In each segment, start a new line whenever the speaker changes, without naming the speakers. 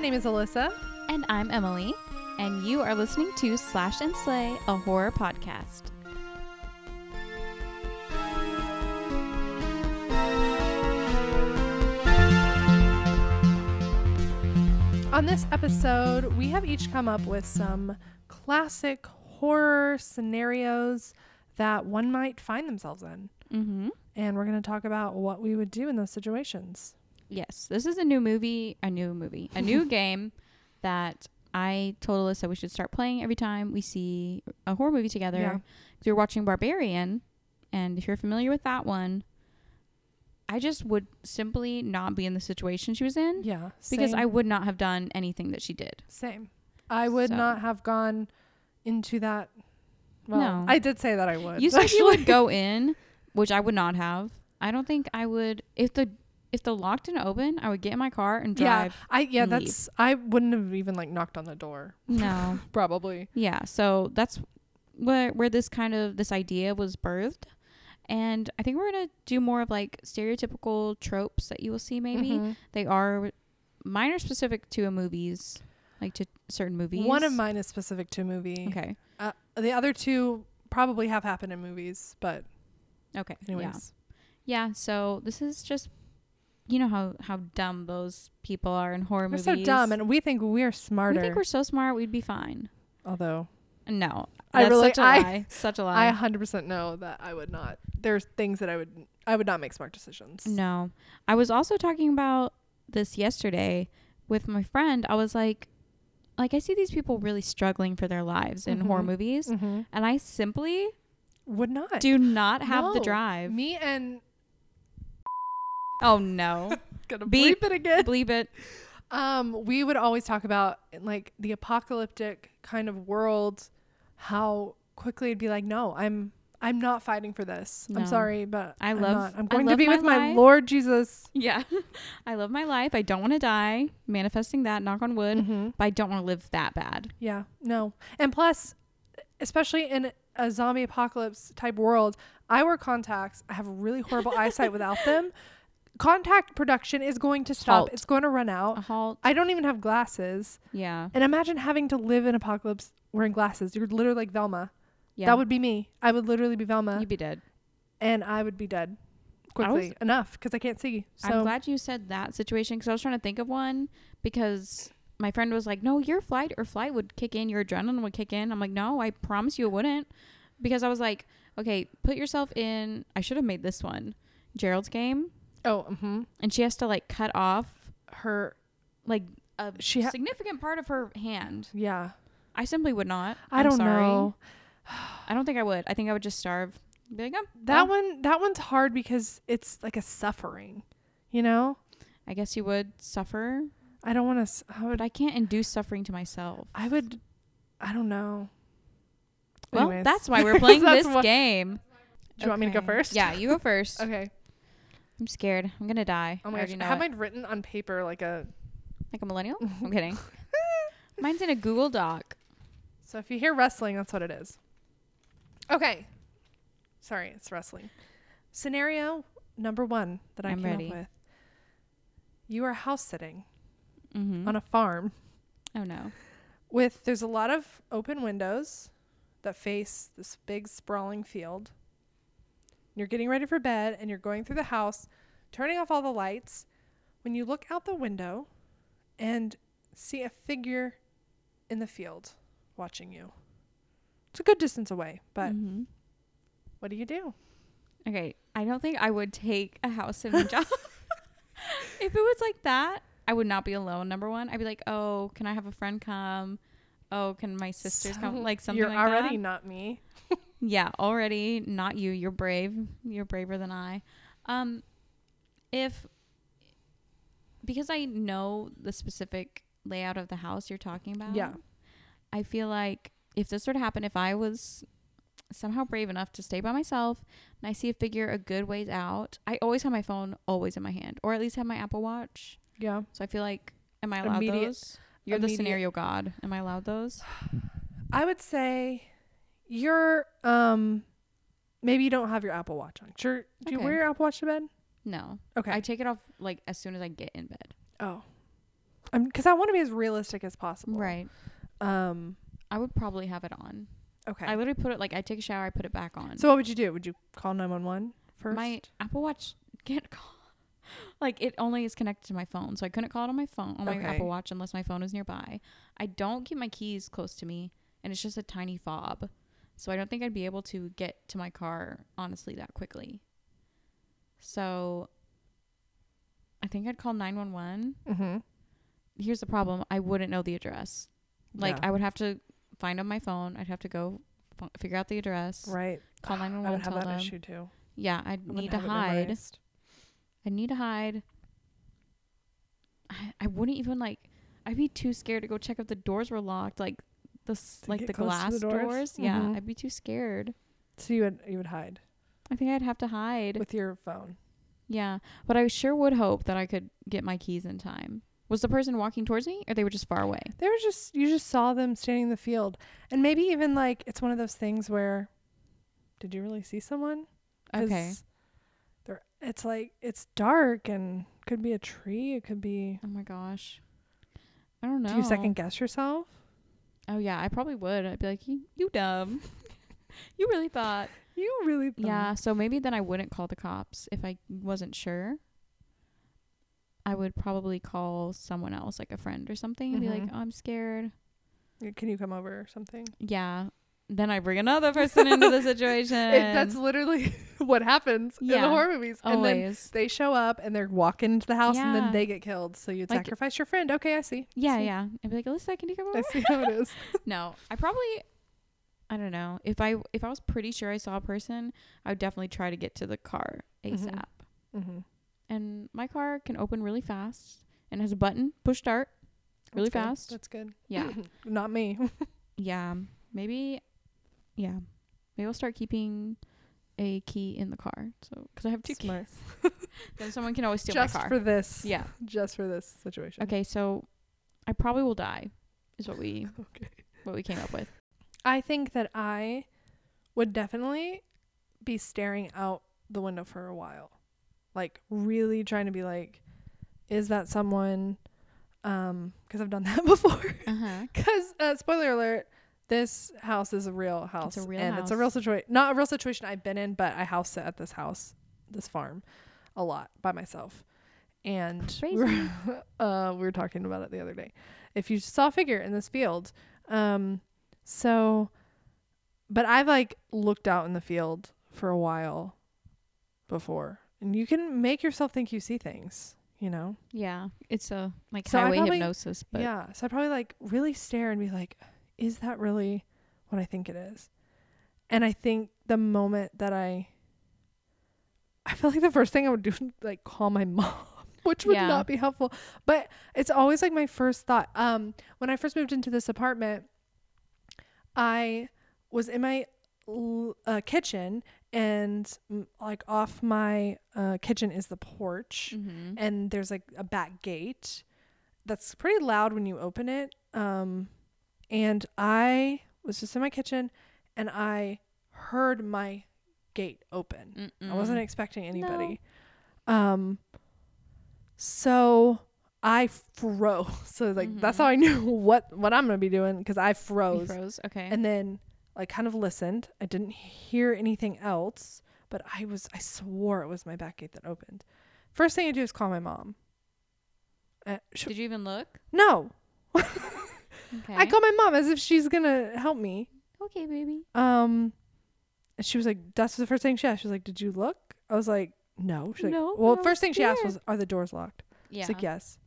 name is Alyssa.
And I'm Emily. And you are listening to Slash and Slay, a horror podcast.
On this episode, we have each come up with some classic horror scenarios that one might find themselves in.
Mm-hmm.
And we're going to talk about what we would do in those situations.
Yes, this is a new movie, a new movie, a new game that I told Alyssa we should start playing every time we see a horror movie together.
Yeah.
'Cause We were watching Barbarian, and if you're familiar with that one, I just would simply not be in the situation she was in
Yeah.
because
same-
I would not have done anything that she did.
Same. I would
So-
not have gone into that. Well,
No.
I did say that I would.
You said you would
actually.
go in, which I would not have. I don't think I would if the if the locked and open, I would get in my car and
Yeah,
drive.
I yeah,
and leave.
that's I wouldn't have even like knocked on the door
No.
probably.
Yeah, so that's where where this kind of this idea was birthed. And I think we're going to do more of like stereotypical tropes that you will see maybe.
Mhm.
They are mine are specific to a movies, like to certain movies.
One of mine is specific to a movie.
Okay.
Uh, the other two probably have happened in movies, but
Okay. Yeah.
anyways.
Yeah, so this is just you know how how dumb those people are in horror
We're
movies.
so dumb and we think we're
we
smarter.
think we're so smart, we'd be fine.
Although
No.
I
That's
really-
such a
I-
lie. Such a lie.
I 100% know that I would not. There's things that I would I would not make smart decisions.
No. I was also talking about this yesterday with my friend. I was like like I see these people really struggling for their lives in horror
Mhm.
movies
Mhm.
and I simply
Would not.
do not have the
No.
drive.
Me and
Oh no.
gonna
Beep.
bleep it again.
Believe it.
Um, we would always talk about like the apocalyptic kind of world, how quickly it'd be like, no, I'm I'm not fighting for this.
No.
I'm sorry, but
I
I'm
love-
Not. I'm
I
going
love
to be
my
with my
life."
Lord Jesus.
Yeah. I love my life. I don't want to die. Manifesting that, knock on wood.
Mm-hmm.
But I don't want to live that bad.
Yeah, no, and plus, especially in a zombie apocalypse type world, I wear contacts. I have really horrible eyesight without them. Contact production is going to stop.
Halt. Uh-huh.
It's going to run
A
out.
halt.
I don't even have glasses.
Yeah.
And imagine having to live in apocalypse wearing glasses. You're literally like Velma.
Yeah.
That would be me. I would literally be Velma,
You'd be dead.
and I would be dead
I was-
quickly enough because I can't see. So
I'm glad you said that situation because I was trying to think of one because my friend was like, "No, your flight or flight would kick in, your adrenaline would kick in." I'm like, "No, I promise you it wouldn't," because I was like, "Okay, put yourself in." I should have made this one, Gerald's game,
oh, mhm.
and she has to like cut off
her
like a
She ha-
significant part of her hand.
yeah.
I simply would not.
I
I'm
don't
sorry.
know.
I don't think I would. I think I would just starve. Be like, oh,
That
well,
one that one's hard because it's like a suffering, you know.
I guess you would suffer,
I don't want to. I
but
would.
I can't induce suffering to myself.
I would. I don't know.
Well,
Anyways.
that's why we're playing
That's
this
why-
game.
Do you want me to go
Okay.
first?
Yeah, you go first.
Okay.
I'm scared. I'm gonna die.
Oh
I
my
already
gosh. I
know
have
it.
mine written on paper like a.
like a millennial. I'm kidding. Mine's in a Google Doc.
So if you hear wrestling, that's what it is. Okay. Sorry, it's wrestling. Scenario number one that I
I'm
came
ready.
up with. You are house sitting
Mm-hmm.
on a farm
oh no.
with there's a lot of open windows that face this big sprawling field. You're getting ready for bed and you're going through the house, turning off all the lights. When you look out the window and see a figure in the field watching you. It's a good distance away, but
Mhm.
what do you do?
okay, I don't think I would take a house sitting job. if it was like that, I would not be alone. Number one, I'd be like, oh, can I have a friend come? Oh, can my sisters come?
So
Like something
You're
like
already
that.
not me.
Yeah, already not you. You're brave. You're braver than I. Um, if because I know the specific layout of the house you're talking about.
Yeah.
I feel like if this were to happen, if I was somehow brave enough to stay by myself and I see a figure a good ways out, I always have my phone always in my hand, or at least have my Apple Watch.
Yeah.
So I feel like, am I allowed
Immediate-
those? You're the
immediate-
scenario god. Am I allowed those?
I would say you're um maybe you don't have your Apple Watch on. Sure. Do you
Okay.
wear your Apple Watch to bed?
No.
Okay.
I take it off like as soon as I get in bed.
oh. I'm because I want to be as realistic as possible.
Right.
Um.
I would probably have it on.
Okay.
I literally put it like I take a shower, I put it back on.
so what would you do? Would you call 911 first?
my Apple Watch can't call. Like it only is connected to my phone, so I couldn't call it on my phone on my
Okay.
Apple Watch unless my phone was nearby. I don't keep my keys close to me, and it's just a tiny fob, so I don't think I'd be able to get to my car honestly that quickly. So I think I'd call nine one one.
mm-hmm.
Here's the problem: I wouldn't know the address. Like I would have to find on my phone. I'd have to go f- figure out the address.
right.
Call nine one
I
one.
would
Tell
have that
them.
issue too.
Yeah, I'd
I
need
wouldn't
to
have it
hide.
memorized.
I need to hide. I, I wouldn't even like. I'd be too scared to go check if the doors were locked, like the s
To
like
get
the
close to
glass
the
doors.
doors?
Yeah,
Mhm.
I'd be too scared.
So you would you would hide
I think I'd have to hide.
with your phone.
yeah, but I sure would hope that I could get my keys in time. Was the person walking towards me, or they were just far away?
They were just you just saw them standing in the field, and maybe even like it's one of those things where, did you really see someone? 'Cause
Okay.
They're it's like it's dark and could be a tree. It could be.
Oh my gosh. I don't know.
Do you second guess yourself?
Oh yeah, I probably would. I'd be like, you, you dumb. you really thought.
You really? thought-
Yeah, so maybe then I wouldn't call the cops if I wasn't sure. I would probably call someone else, like a friend or something, and be like,
Mhm.
"Oh, I'm scared."
Yeah, Can you come over or something?
Yeah. Then I bring another person into the situation.
It, that's literally what happens in
Um, Yeah.
the horror movies. And then
always.
they show up and they're walking into the house and
Yeah.
then they get killed. So you would
Like-
sacrifice your friend. Okay, I see.
yeah,
see.
yeah. I'd be like, "Alyssa, can you come
I
over?"
see how it is.
no, I probably, I don't know. If I if I was pretty sure I saw a person, I would definitely try to get to the car
Mhm.
ASAP.
mm-hmm.
And my car can open really fast and has a button, push start, really fast.
That's good.
Yeah.
Not me.
Yeah, maybe. Yeah, maybe I'll start keeping a key in the car. So because I have two
Smart.
keys, then someone can always steal
Just
my car.
for this.
yeah.
Just for this situation.
Okay, so I probably will die, is what we
Okay.
what we came up with.
I think that I would definitely be staring out the window for a while. Like really trying to be like, is that someone? Um, because I've done that before.
Uh huh.
Because uh, spoiler alert, this house is a real house.
real
and it's a
house.
real situation. Not a real situation I've been in, but I house sit at this house, this farm, a lot by myself. And we were, uh, we were talking about it the other day. If you saw a figure in this field, um, so, but I've like looked out in the field for a while before, and you can make yourself think you see things, you know.
Yeah, it's a like
So I
highway
probably-
hypnosis, but
yeah. So I'd probably like really stare and be like, is that really what I think it is? And I think the moment that I I feel like the first thing I would do is like call my mom, which would
Yeah.
not be helpful. But it's always like my first thought. Um when I first moved into this apartment, I was in my l- uh, kitchen and mm, like off my uh, kitchen is the porch
Mhm.
and there's like a back gate that's pretty loud when you open it. Um, and I was just in my kitchen and I heard my gate open. I wasn't
Mm-mm.
expecting anybody. Um, so I froze. So like that's
Mhm.
how I knew what what I'm gonna be doing because I
You
froze
froze. Okay.
and then like kind of listened. I didn't hear anything else, but I was I swore it was my back gate that opened. First thing I do is call my mom. Uh, sh-
Did you even look?
no,
Okay.
I call my mom as if she's gonna help me.
okay, baby.
Um, and she was like, "That's the first thing she asked." She was like, "Did you look?" I was like, "No." She's like,
No,
Well,
no,
first thing she asked
scared.
was, "Are the doors locked?"
Yeah.
It's like yes.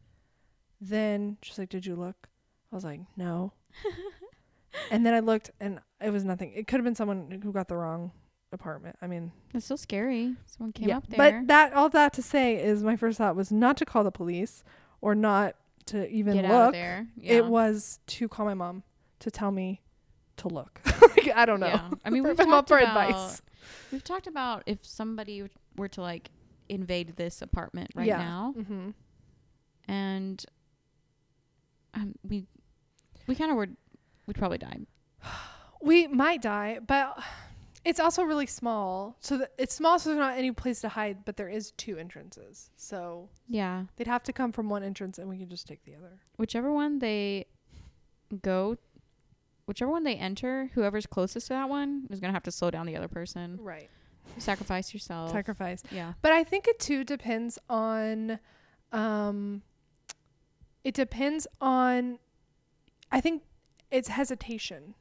Then she's like, "Did you look?" I was like, "No." and then I looked, and it was nothing. It could have been someone who got the wrong apartment. I mean,
That's so scary. Someone came
yeah.
up there.
But that all that to say is, my first thought was not to call the police or not to even
Get
look.
out of there. Yeah.
It was to call my mom to tell me to look. like, I don't know.
Yeah. I mean,
For
we've
my mom
talked
for
about,
advice.
We've talked about if somebody were to like invade this apartment right
Yeah.
now,
Mm-hmm.
and um, we we kind of would we'd probably die.
We might die, but It's also really small. So th- it's small, so there's not any place to hide, but there is two entrances. So
Yeah.
they'd have to come from one entrance and we can just take the other.
Whichever one they go, whichever one they enter, whoever's closest to that one is going to have to slow down the other person.
Right.
Sacrifice yourself.
Sacrifice.
yeah.
But I think it too depends on um it depends on I think it's hesitation.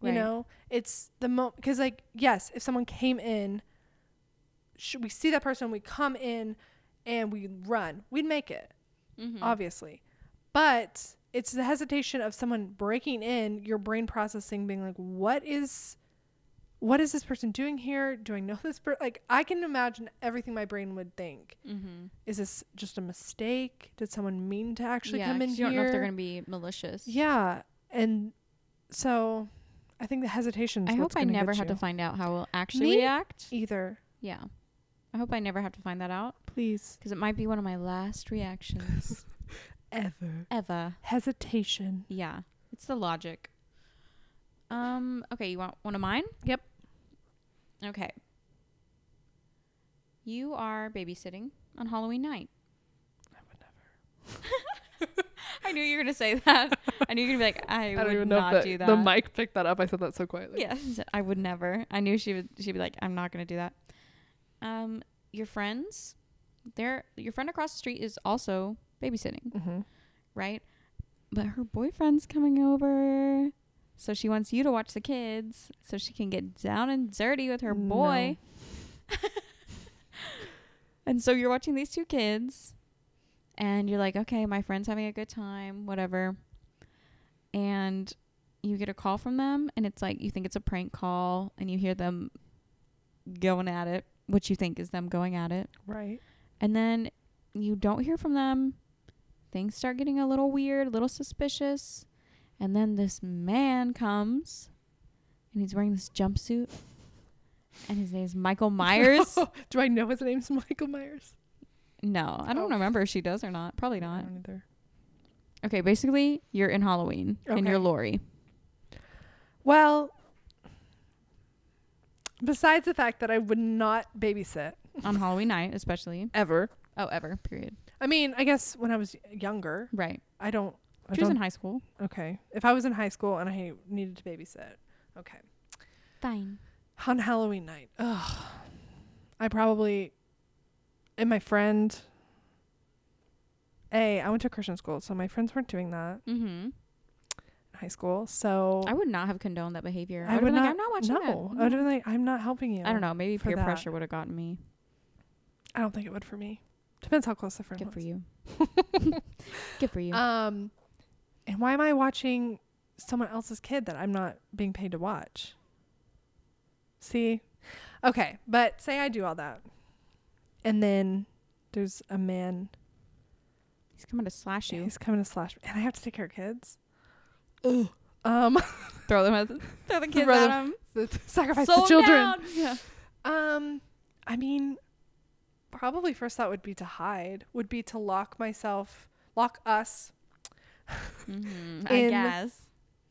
Right.
You know, it's the mo cuz like yes, if someone came in sh- we see that person, we come in and we run. We'd make it,
Mm-hmm.
obviously. But it's the hesitation of someone breaking in, your brain processing being like, "What is what is this person doing here? Do I know this person? Like, I can imagine everything my brain would think.
mm-hmm.
Is this just a mistake? Did someone mean to actually
yeah,
come in
'cause you don't know if they're
here?
going to be malicious.
yeah, and so I think the hesitation.
I hope I never have
you.
to find out how we'll actually
Me- E-
react.
either.
Yeah. I hope I never have to find that out
Please,
because it might be one of my last reactions
ever
ever.
hesitation.
Yeah. It's the logic. Um, okay, you want one of mine?
Yep.
Okay. You are babysitting on Halloween night.
I would never.
I knew you were gonna say that. I knew you were gonna be like, I, would not do that.
mic picked that up. I said that so quietly.
Yeah, she said, I would never. I knew she would. She'd be like, I'm not gonna do that. Um, your friends, they're your friend across the street is also babysitting,
Mm-hmm.
right? But her boyfriend's coming over, so she wants you to watch the kids, so she can get down and dirty with her boy. and so you're watching these two kids, and you're like, okay, my friend's having a good time, whatever. And you get a call from them, and it's like you think it's a prank call, and you hear them going at it, which you think is them going at it.
Right.
And then you don't hear from them. Things start getting a little weird, a little suspicious. And then this man comes and he's wearing this jumpsuit. And his name's Michael Myers.
do I know his name's Michael Myers?
no, I
Oh.
don't remember if she does or not. Probably not.
I don't either.
Okay, basically, you're in Halloween and you're
Okay.
Lori.
Well, besides the fact that I would not babysit
on Halloween night, especially.
ever.
Oh, ever, period.
I mean, I guess when I was younger,
Right.
I don't. I
She was in
don't
high school.
okay. If I was in high school and I needed to babysit, okay.
Fine.
On Halloween night, ugh, I probably and my friend. A, I went to Christian school, so my friends weren't doing that
Mm-hmm.
in high school. So
I would not have condoned that behavior.
I
I, would
would
have
not-
been like, I'm not watching that. Mm-hmm.
no, I would have been like, I'm not helping you.
I don't know. Maybe
for
peer
that.
pressure would have gotten me.
I don't think it would for me. Depends how close the friend was.
Good for you. Good for you.
Um, and why am I watching someone else's kid that I'm not being paid to watch? See? Okay, but say I do all that. And then there's a man.
He's coming to slash you.
He's coming to slash me. And I have to take care of kids. Ugh. Um,
throw them at the, throw the kids
Throw
at
them-
him.
sacrifice
Slow
the
'em
children.
down. Yeah.
Um, I mean, probably first thought would be to hide, would be to lock myself, lock us
Mhm,
In-
I guess.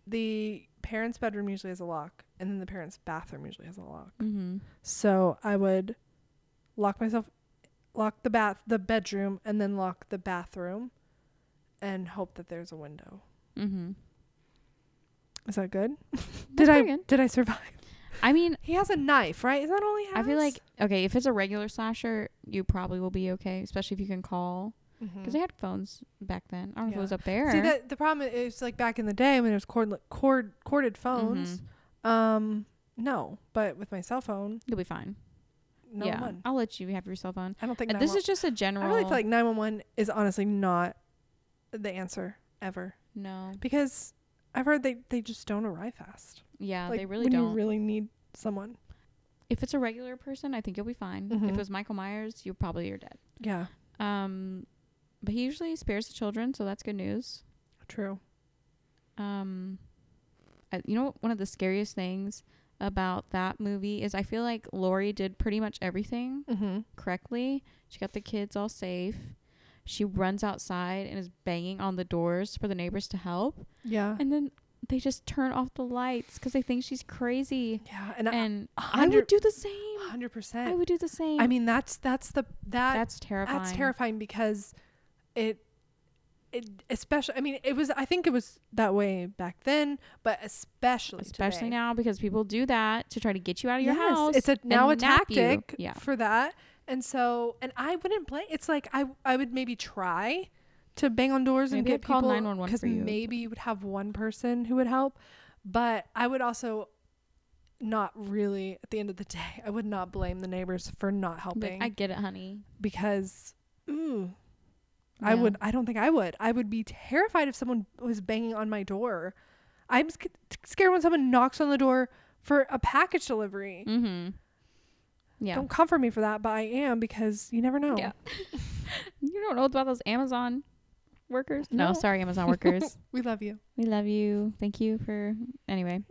the parents' bedroom usually has a lock, and then the parents' bathroom usually has a lock.
Mm-hmm.
So I would lock myself, lock the bath, the bedroom, and then lock the bathroom, and hope that there's a window.
Mm-hmm.
Is that good? did I
pretty good.
did I survive?
I mean,
He has a knife, right? Is that all he has?
I feel like okay, if it's a regular slasher, you probably will be okay, especially if you can call
Mhm.
because they had phones back then. I don't know if
Yeah.
it was up there.
see that the problem is like back in the day when there was cord cord corded phones.
Mhm.
Um, no, but with my cell phone,
You'll be fine.
no
yeah,
one.
I'll let you have your cell phone.
I don't think
Uh, This is just a general.
I really feel like 911 is honestly not the answer ever
no.
because I've heard they, they just don't arrive fast.
Yeah,
like
they really
when
don't.
you really need someone.
if it's a regular person, I think you'll be fine. If
Mhm.
it was Michael Myers, you probably are dead.
Yeah,
Um, but he usually spares the children, so that's good news.
true.
Um, I, you know, one of the scariest things about that movie is I feel like Lori did pretty much everything
Mm-hmm.
correctly. She got the kids all safe. She runs outside and is banging on the doors for the neighbors to help.
Yeah,
And then they just turn off the lights because they think she's crazy.
Yeah, and,
And
a
I would
hundred-
do the same.
I, 100%.
I would do the same.
I mean, that's that's the that
that's terrifying.
that's terrifying because it it especially I mean, it was I think it was that way back then, but especially
Especially
today.
now because people do that to try to get you out of your
Yes,
house.
It's a now a
and nap you.
tactic
Yeah.
for that. And so and I wouldn't blame it's like I I would maybe try to bang on doors and
Maybe
get
I'd call
people
911 for you, but-
maybe you would have one person who would help, but I would also not really at the end of the day I would not blame the neighbors for not
Like,
helping
I get it, honey.
because ooh, I
Yeah.
would I don't think I would. I would be terrified if someone was banging on my door. I'm sc- scared when someone knocks on the door for a package delivery.
Mm-hmm. Yeah.
Don't comfort me for that, but I am because you never know.
Yeah. you don't know about those Amazon workers?
No.
no sorry, Amazon workers.
We love you.
We love you. Thank you for anyway.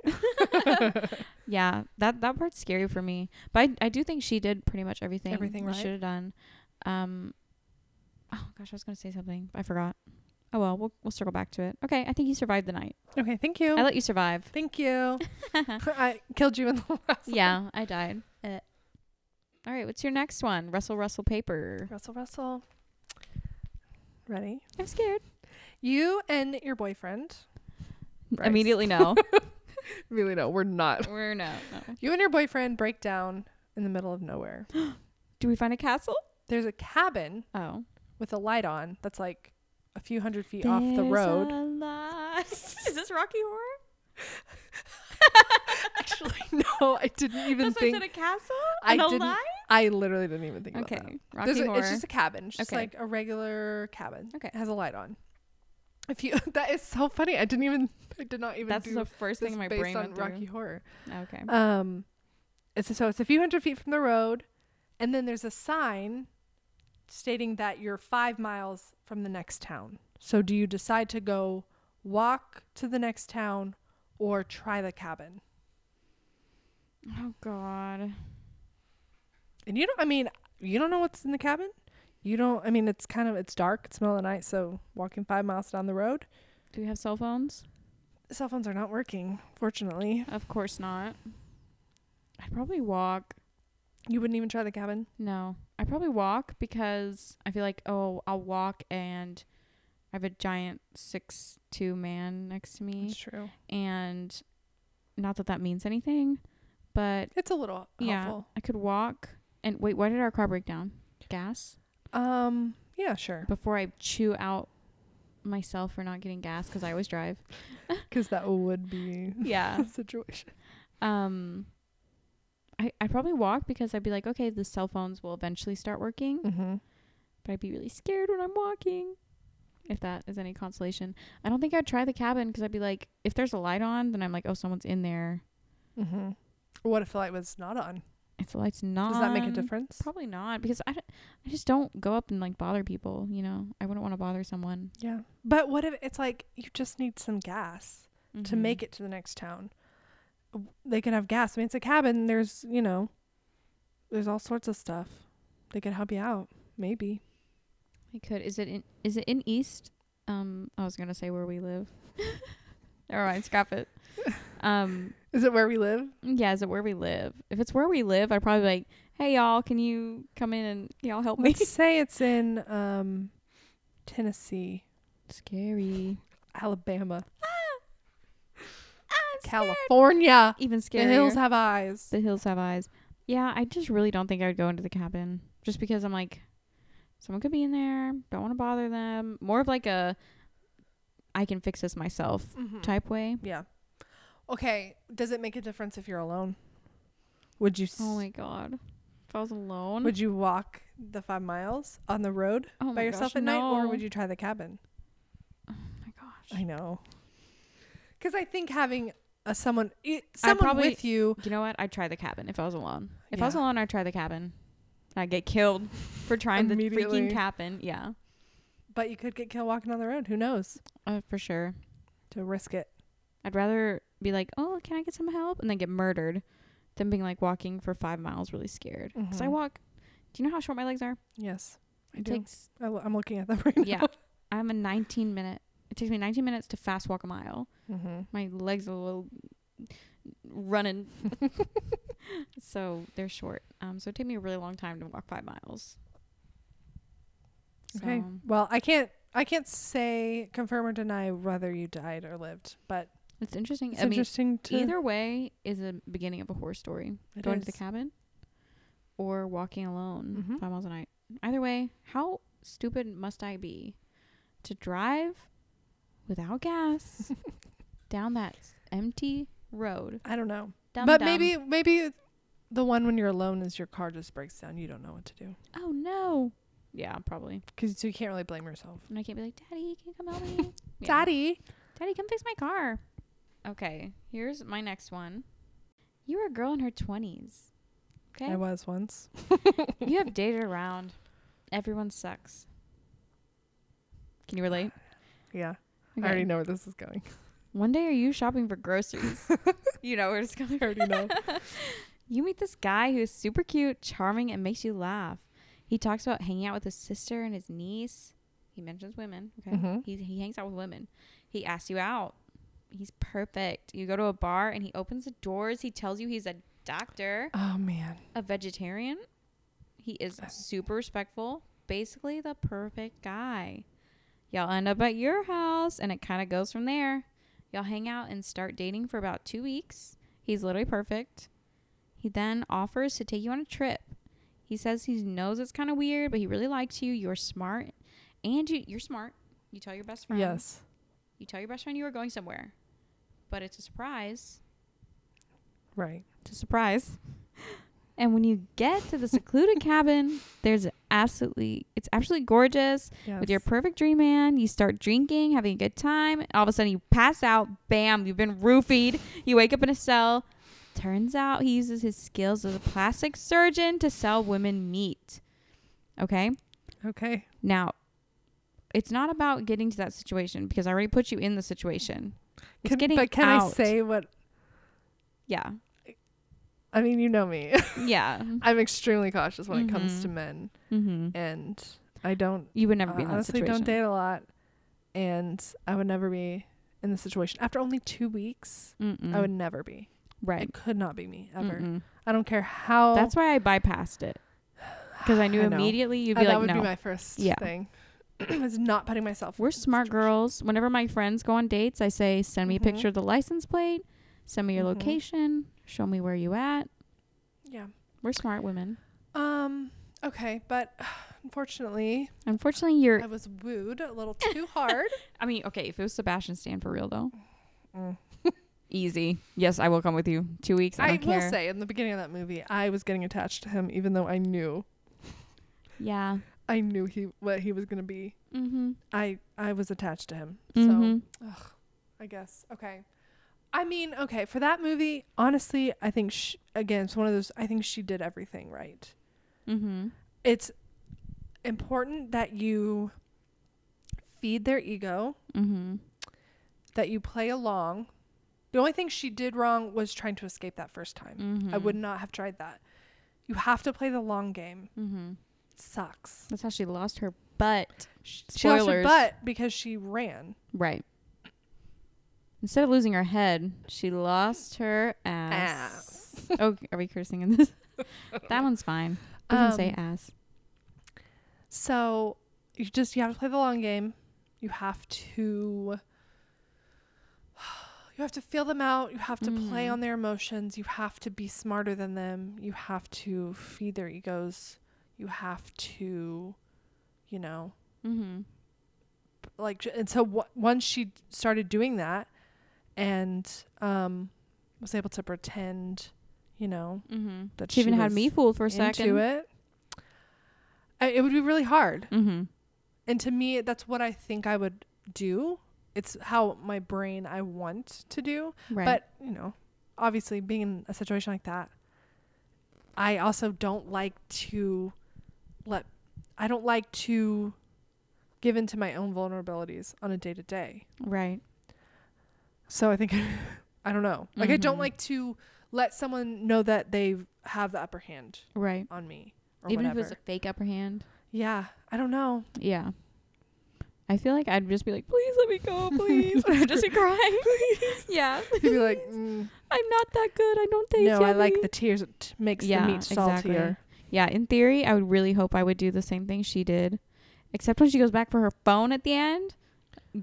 yeah, that that part's scary for me. But I, I do think she did pretty much everything
Everything
we
right.
should have done. Um Oh gosh, I was going to say something. I forgot. Oh well, we'll we'll circle back to it. Okay, I think you survived the night.
Okay, thank you.
I let you survive.
thank you. I killed you in the last.
yeah, I died. Eh. All right, what's your next one? Russell Russell paper.
Russell Russell. Ready?
I'm scared.
You and your boyfriend. Bryce.
Immediately no.
Really no, we're not.
We're no, no.
You and your boyfriend break down in the middle of nowhere.
Do we find a castle?
There's a cabin
Oh.
with a light on that's like a few hundred feet off the road.
Is this Rocky Horror?
Actually, no, I didn't even
That's why I
think.
said a castle?
I
and a
didn't-
lie?
I literally didn't even think about that.
Okay.
There's
Rocky
a-
Horror.
it's just a cabin. It's just
Okay.
like a regular cabin.
Okay.
It has a light on. If you that is so funny. I didn't even I did not even
That's
do
the first
this
thing my
based
brain
on
went
Rocky Horror.
through. Okay.
Um it's so it's a few hundred feet from the road and then there's a sign stating that you're 5 miles from the next town. So do you decide to go walk to the next town or try the cabin?
Oh God.
And you don't I mean, you don't know what's in the cabin? You don't I mean it's kind of it's dark, it's middle of the night, so walking 5 miles down the road
Do we have cell phones?
cell phones are not working, fortunately.
Of course not. I'd probably walk.
You wouldn't even try the cabin.
No. I'd probably walk because I feel like, oh, I'll walk and I have a giant six two man next to me.
true.
And not that that means anything, but
It's a little
Yeah.
helpful.
I could walk. And wait, why did our car break down? Gas?
Um, yeah, sure.
Before I chew out myself for not getting gas because I always drive.
Because that would be
Yeah.
the situation.
um, I I probably walk because I'd be like, okay, the cell phones will eventually start working,
Mm-hmm.
but I'd be really scared when I'm walking. If that is any consolation, I don't think I'd try the cabin because I'd be like, if there's a light on, then I'm like, oh, someone's in there.
Mm-hmm. What if the light was not on?
If the light's not,
Does that make a difference?
Probably not because I, d- I just don't go up and like bother people. You know, I wouldn't want to bother someone.
Yeah. But what if it's like you just need some gas to
Mhm.
make it to the next town? W- They can have gas. I mean, it's a cabin. There's, you know, there's all sorts of stuff. They could help you out, maybe.
I could. Is it in? Is it in East? Um, I was gonna say where we live. Never mind. Scrap it. Um,
Is it where we live?
yeah. Is it where we live? If it's where we live, I'd probably be like, "Hey, y'all, can you come in and y'all help me?"
Let's say it's in um, Tennessee,
Scary.
Alabama,
I'm
California.
Even
The
scarier.
hills have eyes.
The hills have eyes. Yeah, I just really don't think I would go into the cabin just because I'm like, someone could be in there. Don't want to bother them. More of like a, I can fix this myself
Mhm.
type way.
Yeah. Okay. Does it make a difference if you're alone? Would you? s-
Oh my god. If I was alone.
Would you walk the five miles on the road
oh my
by yourself
gosh,
at night, or
no.
would you try the cabin?
Oh my gosh.
I know. Because I think having a someone, i someone
probably-
with you.
You know what? I'd try the cabin if I was alone. If I was
Yeah.
alone, I'd try the cabin. I'd get killed for trying the
Immediately.
freaking cabin. Yeah,
But you could get killed walking on the road. Who knows?
uh, for sure.
To risk it.
I'd rather be like, oh, can I get some help? And then get murdered than being like walking for five miles really scared. Because I
Mhm.
walk. Do you know how short my legs are?
Yes. I
It
do.
takes.
I, am looking at them right now.
Yeah. I'm a 19 minute It takes me 19 minutes to fast walk a mile.
Mm-hmm.
My legs are a little running, so they're short. Um, so it took me a really long time to walk five miles.
Okay.
So-
Well, I can't. I can't say confirm or deny whether you died or lived, but
It's interesting.
it's
I mean,
interesting to
either way is a beginning of a horror story.
It
Going to the
is.
cabin or walking alone
Mhm.
five miles a night. Either way, how stupid must I be to drive without gas down that s- empty road?
I don't know,
Dumb
but
dumb.
maybe maybe the one when you're alone is your car just breaks down. You don't know what to do
Oh no. Yeah, probably.
because you can't really blame yourself.
And I can't be like, Daddy, can you come help me? Yeah.
Daddy,
Daddy, come fix my car. Okay, here's my next one. You were a girl in her 20s. Okay.
I was once.
you have dated around. Everyone sucks. Can you relate?
Yeah,
Okay.
I already know where this is going.
One day are you shopping for groceries? you know where it's going.
I already know.
You meet this guy who is super cute, charming, and makes you laugh. He talks about hanging out with his sister and his niece. He mentions women. Okay.
Mhm.
He, he hangs out with women. He asks you out. He's perfect. You go to a bar and he opens the doors. He tells you he's a doctor
oh man,
a vegetarian. He is super respectful. Basically, the perfect guy. Y'all end up at your house, and it kind of goes from there. Y'all hang out and start dating for about two weeks. He's literally perfect. He then offers to take you on a trip. He says he knows it's kind of weird, but he really likes you. You're smart, and you, you're smart. You tell your best
Um,
friend.
yes,
You tell your best friend you are going somewhere, but it's a surprise.
right.
It's a surprise. And when you get to the secluded cabin, there's absolutely it's absolutely gorgeous
Yes.
with your perfect dream man. You start drinking, having a good time. All of a sudden, you pass out. Bam! You've been roofied. You wake up in a cell. Turns out he uses his skills as a plastic surgeon to sell women meat. Okay.
okay.
Now, it's not about getting to that situation because I already put you in the situation. It's
Can,
getting
but can I
out.
say what?
Yeah.
I mean, you know me.
Yeah.
I'm extremely cautious when it comes
Mhm.
to men,
mm-hmm.
and I don't
You would never
I
be in that
honestly don't
situation.
date a lot, and I would never be in this situation. After only two weeks,
Mm-mm.
I would never be.
Mm. right.
It could not be me ever.
Mm-mm.
I don't care how.
That's why I bypassed it because I knew
I know.
immediately you'd
Uh,
be
that
like,
would
"No,
be my first
Yeah.
thing. is not putting myself. in
we're
this
smart
situation.
girls." Whenever my friends go on dates, I say, "Send me
Mhm.
a picture of the license plate, send me your
Mhm.
location, show me where you at."
Yeah.
We're smart women.
Um. Okay, but unfortunately,
Unfortunately, you're.
I was wooed a little too hard.
I mean, okay, if it was Sebastian Stan for real though,
Mm.
easy. Yes, I will come with you. Two weeks. I,
I,
don't
will
care.
say, in the beginning of that movie, I was getting attached to him, even though I knew,
yeah.
I knew he what he was gonna be.
Mm-hmm.
I I was attached to him. So
hmm
I guess. Okay. I mean, okay, for that movie, honestly, I think sh again, it's one of those I think she did everything right.
mm-hmm.
It's important that you feed their ego,
Mm-hmm.
that you play along. The only thing she did wrong was trying to escape that first time.
Mm-hmm.
I would not have tried that. You have to play the long game.
Mm-hmm.
sucks.
That's how she lost her butt.
Sh- She lost her
Spoilers.
butt because she ran.
Right. Instead of losing her head, she lost her ass. oh, are we cursing in this? that one's fine. We can say
Um,
ass.
So you just you have to play the long game. You have to you have to feel them out. You have to play
Mhm.
on their emotions. You have to be smarter than them. You have to feed their egos. You have to, you know,
Mm-hmm.
like j- and so w- once she started doing that and um was able to pretend, you know,
Mm-hmm.
that
She even had
was
me fooled for a
into
second.
it. I, it would be really hard.
Mm-hmm.
and to me that's what i think i would do it's how my brain i want to do
Right.
but you know obviously being in a situation like that i also don't like to let i don't like to give into my own vulnerabilities on a day to day
right.
so i think i don't know like i don't
Mhm.
like to let someone know that they have the upper hand
Right.
on me or
Even
whatever
if it was a fake upper hand.
yeah i don't know
Yeah. I feel like I'd just be like, please let me go, please. I'd just be crying. yeah.
You'd be like, mm,
I'm not that good. I don't taste
no, I like
yummy."
the tears. It t- makes
Yeah,
the meat
exactly.
saltier.
Yeah, in theory, I would really hope I would do the same thing she did. Except when she goes back for her phone at the end.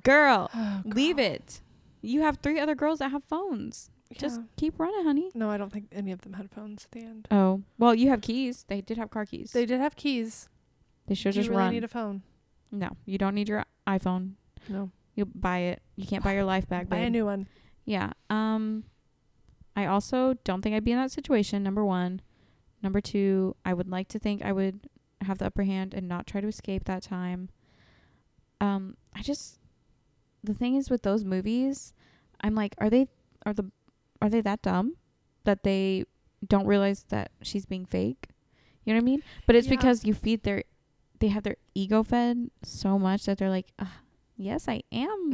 Girl,
Oh,
leave it. You have three other girls that have phones. Just
Yeah.
keep running, honey.
no, I don't think any of them had phones at the end.
Oh, well, you have keys. They did have car keys.
They
They,
did have keys.
should
you
just
really
run.
need a phone.
no, you don't need your iPhone.
No,
You buy it. You can't buy your life back.
buy a
babe.
new one.
Yeah. Um I also don't think I'd be in that situation, number one. Number two, I would like to think I would have the upper hand and not try to escape that time. Um, I just the thing is with those movies, I'm like, are they are the are they that dumb that they don't realize that she's being fake? You know what I mean? But it's
Yeah.
because you feed their they have their ego fed so much that they're like, "Ugh, yes, I am.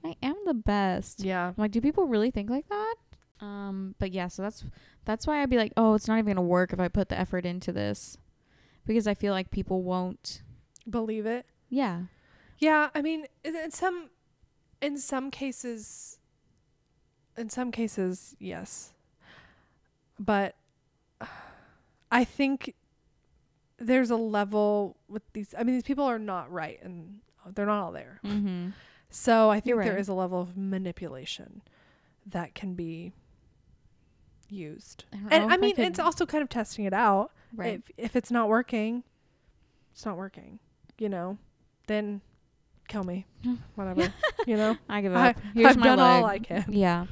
Mm-hmm.
I am the best.
Yeah.
I'm like, do people really think like that? Um, but yeah, so that's that's why I'd be like, oh, it's not even gonna work if I put the effort into this, because I feel like people won't.
Believe it.
Yeah,
Yeah, I mean, in, in some, in some cases, in some cases, yes, but I think there's a level with these. I mean, these people are not right, and they're not all there.
mm-hmm.
So I
You're
think there
right.
is a level of manipulation that can be used,
I don't
and
know
I
if I
mean,
could-
it's also kind of testing it out
right.
if if it's not working, it's not working. You know, then kill me, whatever. you know,
I give
I-
up. Here's
I've
my
done all I
leg.
can.
Yeah,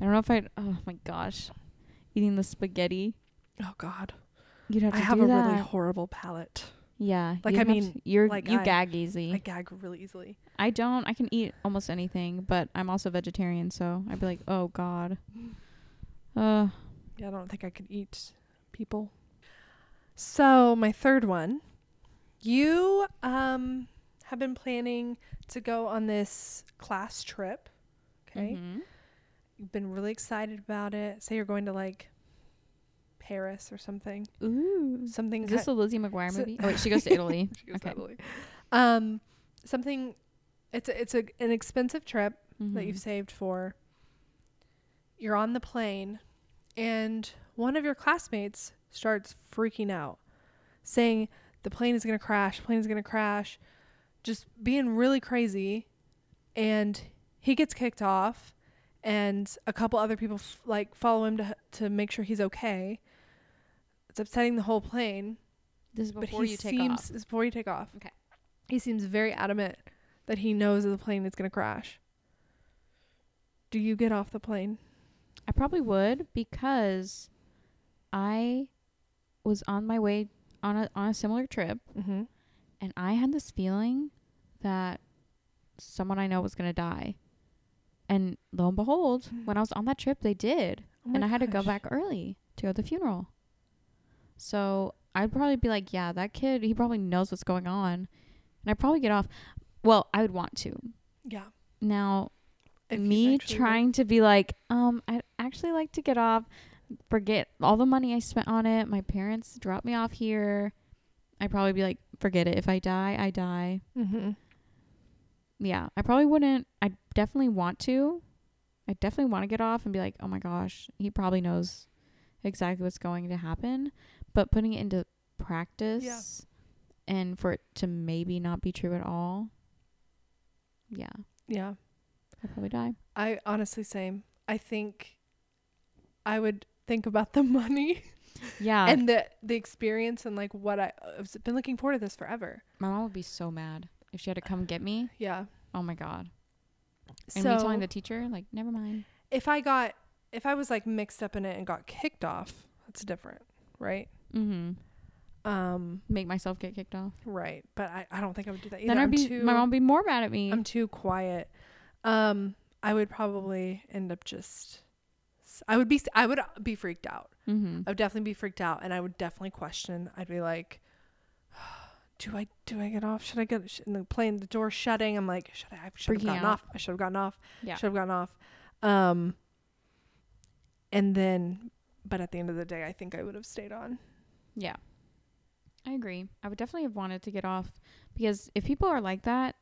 I don't know if I. would Oh my gosh, eating the spaghetti.
Oh God,
You'd have
I
to
have
do
a
that.
really horrible palate.
yeah,
like,
you'd
I
have
mean,
to- you're
like,
you
I-
gag easy.
I gag really easily.
I don't. I can eat almost anything, but I'm also vegetarian, so I'd be like, oh god. Uh,
Yeah, I don't think I could eat people. So my third one, you um have been planning to go on this class trip. Okay,
mhm.
you've been really excited about it. Say you're going to like Paris or something.
Ooh.
Something
Mm. Is
ki-
this a Lizzie McGuire
So-
movie? Oh wait, she goes to Italy.
She goes
Okay.
heavily. Um, something. It's a, it's a, an expensive trip that you've
Mhm.
saved for. You're on the plane, and one of your classmates starts freaking out, saying the plane is gonna crash. Plane is gonna crash. Just being really crazy, and he gets kicked off, and a couple other people f- like follow him to to make sure he's okay. It's upsetting the whole plane
This is before
but he
you take
seems
off.
it's before you take off.
Okay.
He seems very adamant that he knows that the plane is gonna crash. Do you get off the plane?
I probably would because I was on my way on a on a similar trip
Mm-hmm.
and I had this feeling that someone I know was gonna die. And lo and behold, when I was on that trip they did.
Oh
and I had to go back early to go to the funeral. So I'd probably be like, yeah, that kid, he probably knows what's going on. And I'd probably get off. Well, I would want to.
Yeah.
Now,
If you
me
actually were-
trying to be like, um, I'd actually like to get off, forget all the money I spent on it. My parents dropped me off here. I'd probably be like, forget it. If I die, I die.
Mhm.
Yeah, I probably wouldn't. I definitely want to. I definitely want to get off and be like, oh my gosh, he probably knows exactly what's going to happen. But putting it into practice and for it to maybe not be true at all, yeah,
Yeah.
I'd probably die.
I honestly same. I think I would think about the money
Yeah,
and the the experience and like what I I've been looking forward to this forever.
My mom would be so mad if she had to come get me.
Yeah.
Oh my god! And
so
me telling the teacher, like, never mind.
if I got if I was like mixed up in it and got kicked off, that's different, right?
Mm-hmm.
Um
Make myself get kicked off.
Right, but I, I don't think I would do that either.
then
I'm
I'd be
too
my mom would be more mad at me.
I'm too quiet. Um, I would probably end up just. I would be I would be freaked out.
mm-hmm.
I would definitely be freaked out, and I would definitely question. I'd be like, "Do I do I get off? Should I get?" Sh-? And the plane, the door shutting. I'm like, "Should I? I should have
Freaking
gotten
out.
off. I should have gotten off.
Yeah.
Should have gotten off." Um. And then, but at the end of the day, I think I would have stayed on.
Yeah, I agree. I would definitely have wanted to get off because if people are like that,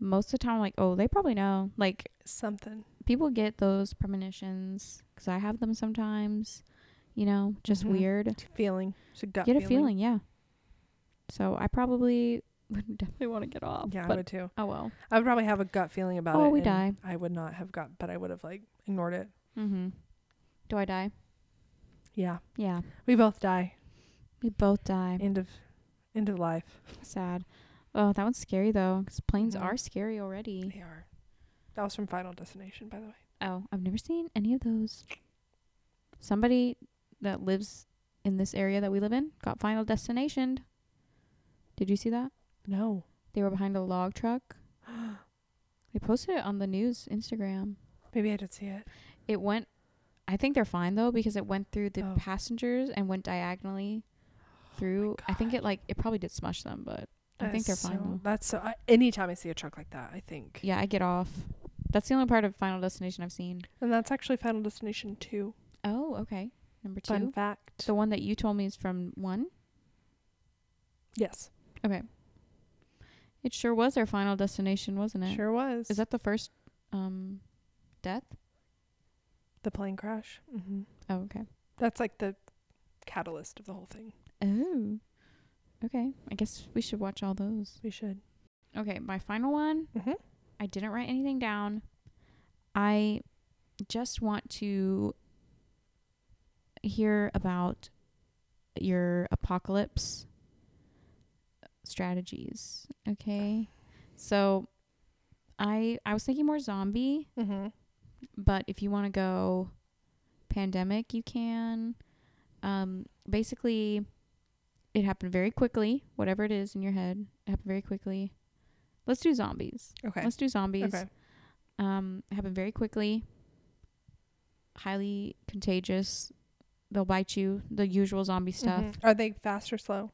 most of the time I'm like, oh, they probably know. Like
Something.
people get those premonitions because I have them sometimes. You know, just
Mhm.
weird.
Feeling. It's a gut
get a
feeling.
feeling, yeah. So I probably would definitely want to get off.
Yeah, I
but
would too.
oh well.
I would probably have a gut feeling about it.
Oh, we
and
die.
I would not have got, but I would have like ignored it.
Mm-hmm. Do I die?
Yeah,
Yeah,
we both die.
we both die.
End of, end of life.
Sad. Oh, that one's scary though, 'cause planes
Mhm.
are scary already.
They are. That was from Final Destination, by the way.
Oh, I've never seen any of those. Somebody that lives in this area that we live in got final destinationed. Did you see that?
No.
They were behind a log truck. They posted it on the news Instagram.
Maybe I did see it.
It went. I think they're fine though because it went through the
Oh.
passengers and went diagonally through. I think it like it probably did smush them, but I think they're
That's
fine
so-
though.
That's so. I, anytime I see a truck like that, I think.
Yeah, I get off. That's the only part of Final Destination I've seen.
And that's actually Final Destination 2.
Oh, okay. Number two.
Fun fact.
The one that you told me is from one.
yes,
Okay. It sure was our final destination, wasn't it?
sure was.
Is that the first um death?
the plane crash? Mm-hmm.
Oh, okay.
That's like the catalyst of the whole thing.
Oh. Okay. I guess we should watch all those.
We should.
Okay, my final one.
Mhm.
I didn't write anything down. I just want to hear about your apocalypse strategies. Okay. So I I was thinking more zombie,
Mm-hmm.
but if you want to go pandemic, you can. Um basically it happened very quickly, whatever it is in your head, it happened very quickly. Let's do zombies.
Okay.
Let's do zombies.
Okay.
Um, happen very quickly. Highly contagious. They'll bite you. The usual zombie stuff.
Mhm. Are they fast or slow?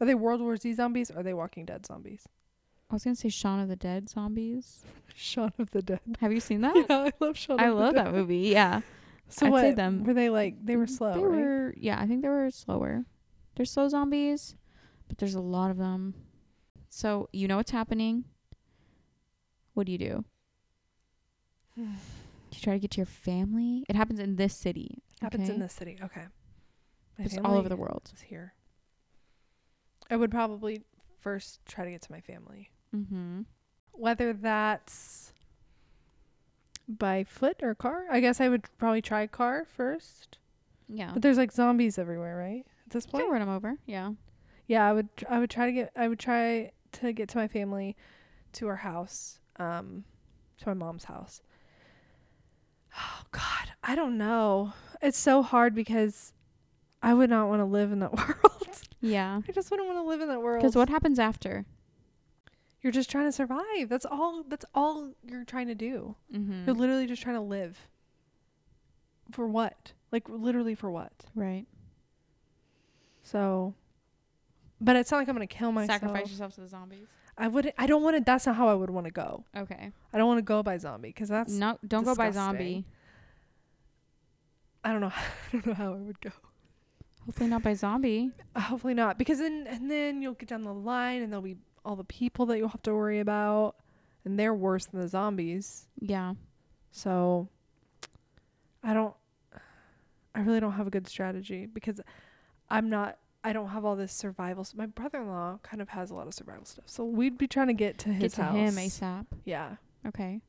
Are they World War Z zombies? Or are they Walking Dead zombies?
I was gonna say Shaun of the Dead zombies.
Shaun of the Dead.
Have you seen that?
yeah, I love Shaun.
Oh. I
of
love
the Dead.
that movie. Yeah.
So
I'd
what?
say them. Mm,
Were they like they were slow?
Mm-hmm. They
right?
were. Yeah, I think they were slower. They're slow zombies, but there's a lot of them. So you know what's happening. What do you do? You try to get to your family. It happens in this city.
Happens in
okay?
this city. Okay. My
It's all
family
over the world.
is here. I would probably first try to get to my family.
Mm-hmm.
Whether that's by foot or car, I guess I would probably try car first.
Yeah.
But there's like zombies everywhere, right? At this
You
point,
can run them over. Yeah.
yeah, I would. tr- I would try to get. I would try to get to my family, to our house, um, to my mom's house. Oh God, I don't know. It's so hard because I would not want to live in that world.
Yeah.
I just wouldn't want to live in that world.
Because what happens after?
You're just trying to survive. That's all. That's all you're trying to do. You're
Mm-hmm.
literally just trying to live. For what? Like literally for what?
Right.
So. But it's not like I'm gonna kill myself.
Sacrifice yourself to the zombies.
I wouldn't. I don't want to. That's not how I would want to go.
Okay.
I don't want to go by zombie because that's.
no, don't go by
disgusting.
zombie.
I don't know. I don't know how I would go.
Hopefully not by zombie.
Hopefully not, because then and then you'll get down the line and there'll be all the people that you'll have to worry about, and they're worse than the zombies.
Yeah.
So. I don't. I really don't have a good strategy because I'm not. I don't have all this survival. s my brother-in-law kind of has a lot of survival stuff, so we'd be trying to get to his
Get to
house.
him ASAP.
Yeah.
Okay.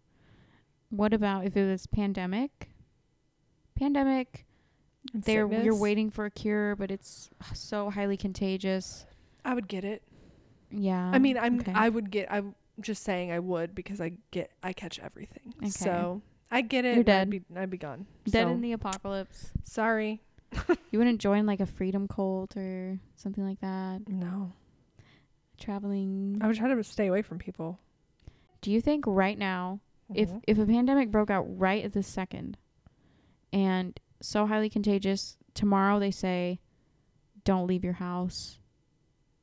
What about if it was pandemic? Pandemic. They're you're
Sickness.
waiting for a cure, but it's so highly contagious.
I would get it.
Yeah.
I mean, I'm
Um, okay.
I would get I'm just saying I would because I get I catch everything.
Okay.
So I get it. and
You're
I'd
dead.
be I'd be gone.
dead
So,
in the apocalypse.
sorry.
You wouldn't join like a freedom cult or something like that.
No.
Traveling.
I would try to stay away from people.
Do you think right now if
Mhm.
if a pandemic broke out right at this second and so highly contagious tomorrow they say don't leave your house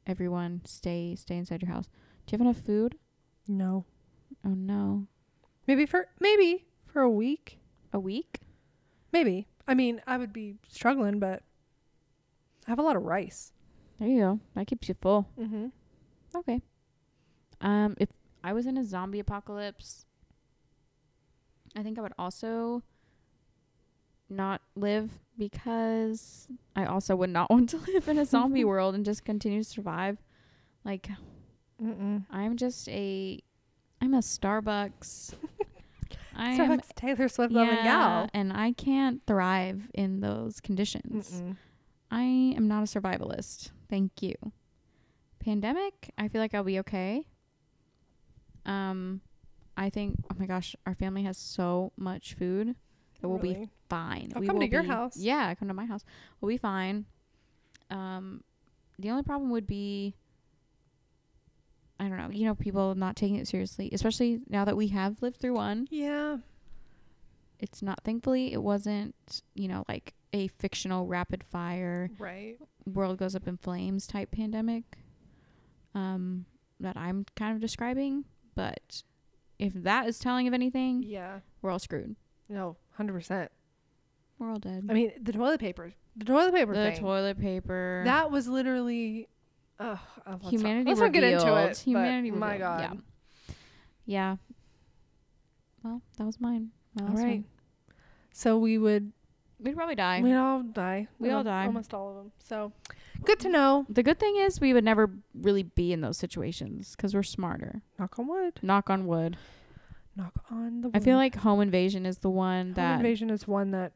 everyone stay stay inside your house do you have enough food
no.
oh no
Maybe for maybe for a week.
a week
Maybe. I mean, I would be struggling, but I have a lot of rice. Mm-hmm.
there you go that keeps you full
Mhm.
okay um if I was in a zombie apocalypse, I think I would also not live because I also would not want to live in a zombie world and just continue to survive. Like
Mm-mm.
I'm just a I'm a Starbucks. I'm
Starbucks Taylor Swift loving
yeah,
gal.
and I can't thrive in those conditions.
Mm-mm.
I am not a survivalist. Thank you. Pandemic, I feel like I'll be okay. Um I think oh my gosh, our family has so much food that we'll be
Really.
fine.
I'll come to
will
your
be-
house.
Yeah, come to my house. We'll be fine. Um, the only problem would be, I don't know, you know, people not taking it seriously, especially now that we have lived through one.
Yeah.
It's not, thankfully, it wasn't, you know, like a fictional rapid fire
Right.
world goes up in flames type pandemic um, that I'm kind of describing. But if that is telling of anything,
Yeah.
we're all screwed.
No. Hundred percent.
We're all dead.
I mean, the toilet paper. The toilet paper
Mm. the
thing.
toilet paper.
that was literally. Ugh, uh, let's
humanity
Not, let's not get into
revealed.
it.
Humanity
but my
revealed.
God.
Yeah. Yeah. Well, that was mine. My
All
last
right.
one.
So we would.
We'd probably die.
We'd all die.
We all
Almo-
die.
Almost all of them. So good to know.
the good thing is we would never really be in those situations because we're smarter.
Knock on wood.
Knock on wood.
Knock on the.
I feel
wood.
like home invasion is the one
home
that
invasion is one that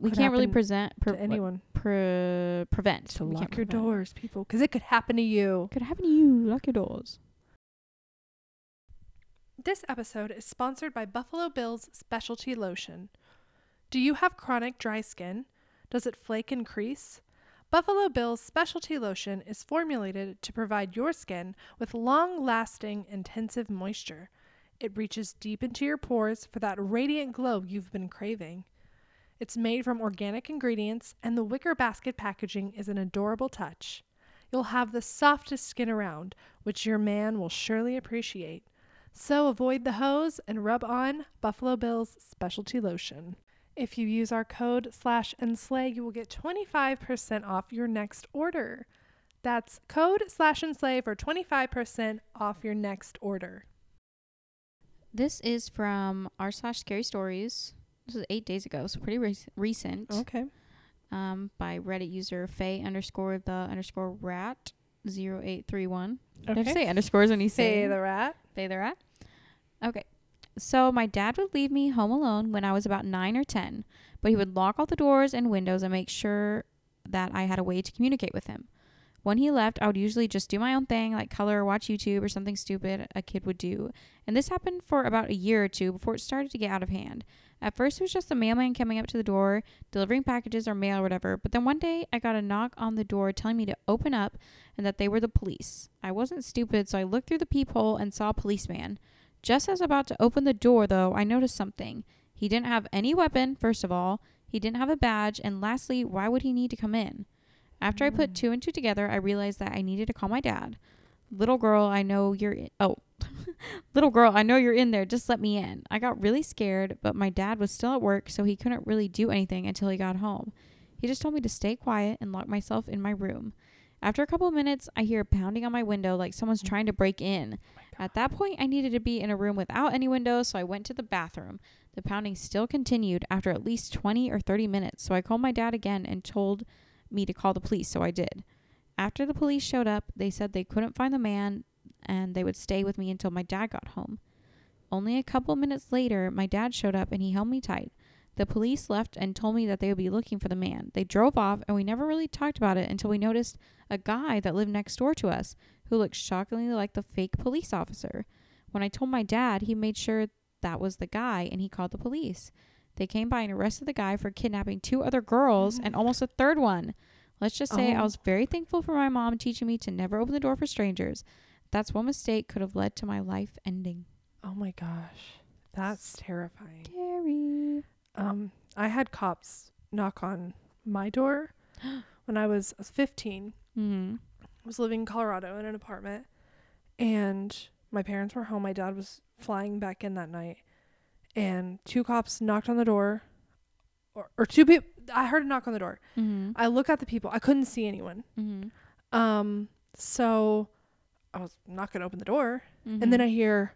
we
could
can't really
happen
present pre-
to anyone.
pre- prevent.
So
we
lock
can't
your
prevent.
doors, people, because it could happen to you.
Could happen to you. Lock your doors.
This episode is sponsored by Buffalo Bill's Specialty Lotion. Do you have chronic dry skin? Does it flake and crease? Buffalo Bill's Specialty Lotion is formulated to provide your skin with long lasting, intensive moisture. It reaches deep into your pores for that radiant glow you've been craving. It's made from organic ingredients, and the wicker basket packaging is an adorable touch. You'll have the softest skin around, which your man will surely appreciate. So avoid the hose and rub on Buffalo Bill's specialty lotion. If you use our code slash and slay, you will get 25% off your next order. That's code slash and slay for 25% off your next order.
This is from r slash scary stories. This is eight days ago, so pretty rec- recent.
Okay.
um, by Reddit user Faye underscore the underscore rat zero eight three one. Did I just say underscores when you say
Say the rat.
Faye the rat? Okay. So my dad would leave me home alone when I was about nine or ten, but he would lock all the doors and windows and make sure that I had a way to communicate with him. When he left, I would usually just do my own thing, like color or watch YouTube or something stupid a kid would do. And this happened for about a year or two before it started to get out of hand. At first, it was just the mailman coming up to the door, delivering packages or mail or whatever. But then one day, I got a knock on the door telling me to open up and that they were the police. I wasn't stupid, so I looked through the peephole and saw a policeman. Just as about to open the door, though, I noticed something. He didn't have any weapon, first of all. He didn't have a badge. And lastly, why would he need to come in? After I put two and two together, I realized that I needed to call my dad. Little girl, I know you're. In- oh. Little girl, I know you're in there. Just let me in. I got really scared, but my dad was still at work, so he couldn't really do anything until he got home. He just told me to stay quiet and lock myself in my room. After a couple of minutes, I hear pounding on my window like someone's trying to break
Oh
in. At that point, I needed to be in a room without any windows, so I went to the bathroom. The pounding still continued after at least 20 or 30 minutes, so I called my dad again and told me to call the police, so I did. After the police showed up, they said they couldn't find the man and they would stay with me until my dad got home. Only a couple minutes later, my dad showed up and he held me tight. The police left and told me that they would be looking for the man. They drove off, and we never really talked about it until we noticed a guy that lived next door to us who looked shockingly like the fake police officer. When I told my dad, he made sure that was the guy and he called the police. They came by and arrested the guy for kidnapping two other girls and almost a third one. Let's just say I
Oh.
was very thankful for my mom teaching me to never open the door for strangers. That's one mistake could have led to my life ending.
Oh my gosh. That's terrifying.
Scary.
Um, I had cops knock on my door when I was 15.
Mm-hmm.
was living in Colorado in an apartment, and my parents were home. My dad was flying back in that night, and two cops knocked on the door, or, or two people. I heard a knock on the door.
Mm-hmm.
I look at the people. I couldn't see anyone.
Mm-hmm. Mm-hmm.
Um, so I was not gonna open the door, and then I hear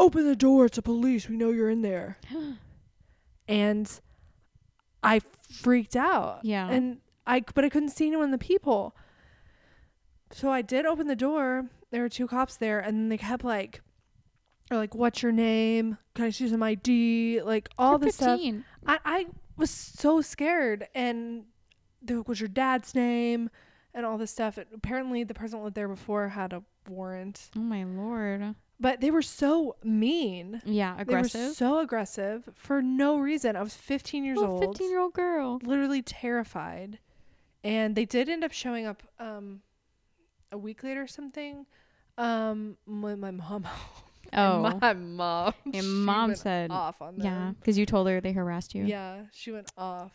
open the door, it's the police, we know you're in there. and I freaked out.
Yeah.
And I but I couldn't see anyone in the people. So I did open the door. There were two cops there and they kept like or like what's your name? Can I see some ID? Like all
You're
this stuff.
15.
I, I was so scared and there was your dad's name and all this stuff. apparently the person that lived there before had a warrant.
Oh my lord.
But they were so mean.
Yeah,
They were
aggressive.
so aggressive for no reason. I was 15 years
Little
old.
15 year old girl.
literally terrified. And they did end up showing up um, a week later or something. Um, my, my mom.
Oh.
my mom.
Your
she
mom
went
said.
off on
Yeah,
them.
because you told her they harassed you.
Yeah, she went off.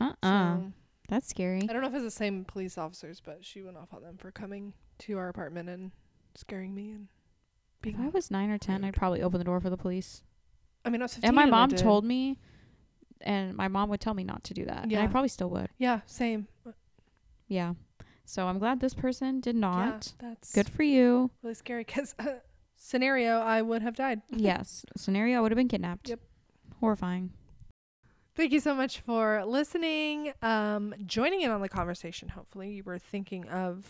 Uh uh
So
That's scary.
I don't know if it's the same police officers, but she went off on them for coming to our apartment and scaring me and
If I
being.
was nine or 10, I'd
rude.
probably open the door for the police.
I mean, I was 15
And my
I
mom
did.
told me, and my mom would tell me not to do that. And I
Yeah.
probably still would.
Yeah, same.
Yeah. So I'm glad this person did not.
Yeah, that's
Good for you.
really scary because scenario, I would have died.
yes. Scenario, I would have been kidnapped.
Yep.
Horrifying.
Thank you so much for listening, um, joining in on the conversation. Hopefully, you were thinking of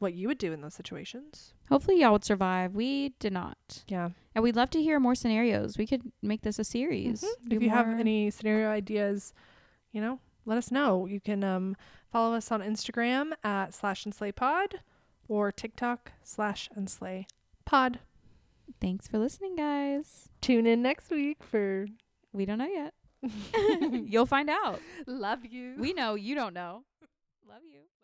what you would do in those situations. Mm-hmm.
Hopefully, y'all would survive. We did not.
Yeah.
And we'd love to hear more scenarios. We could make this a series. Do
Mm-hmm. If you have
more-
any scenario ideas, you know, let us know. You can um, follow us on Instagram at slash and slay pod or TikTok slash and slay pod.
Thanks for listening, guys.
Tune in next week for
We don't know yet. You'll find out.
Love You.
We know you don't know. Love you.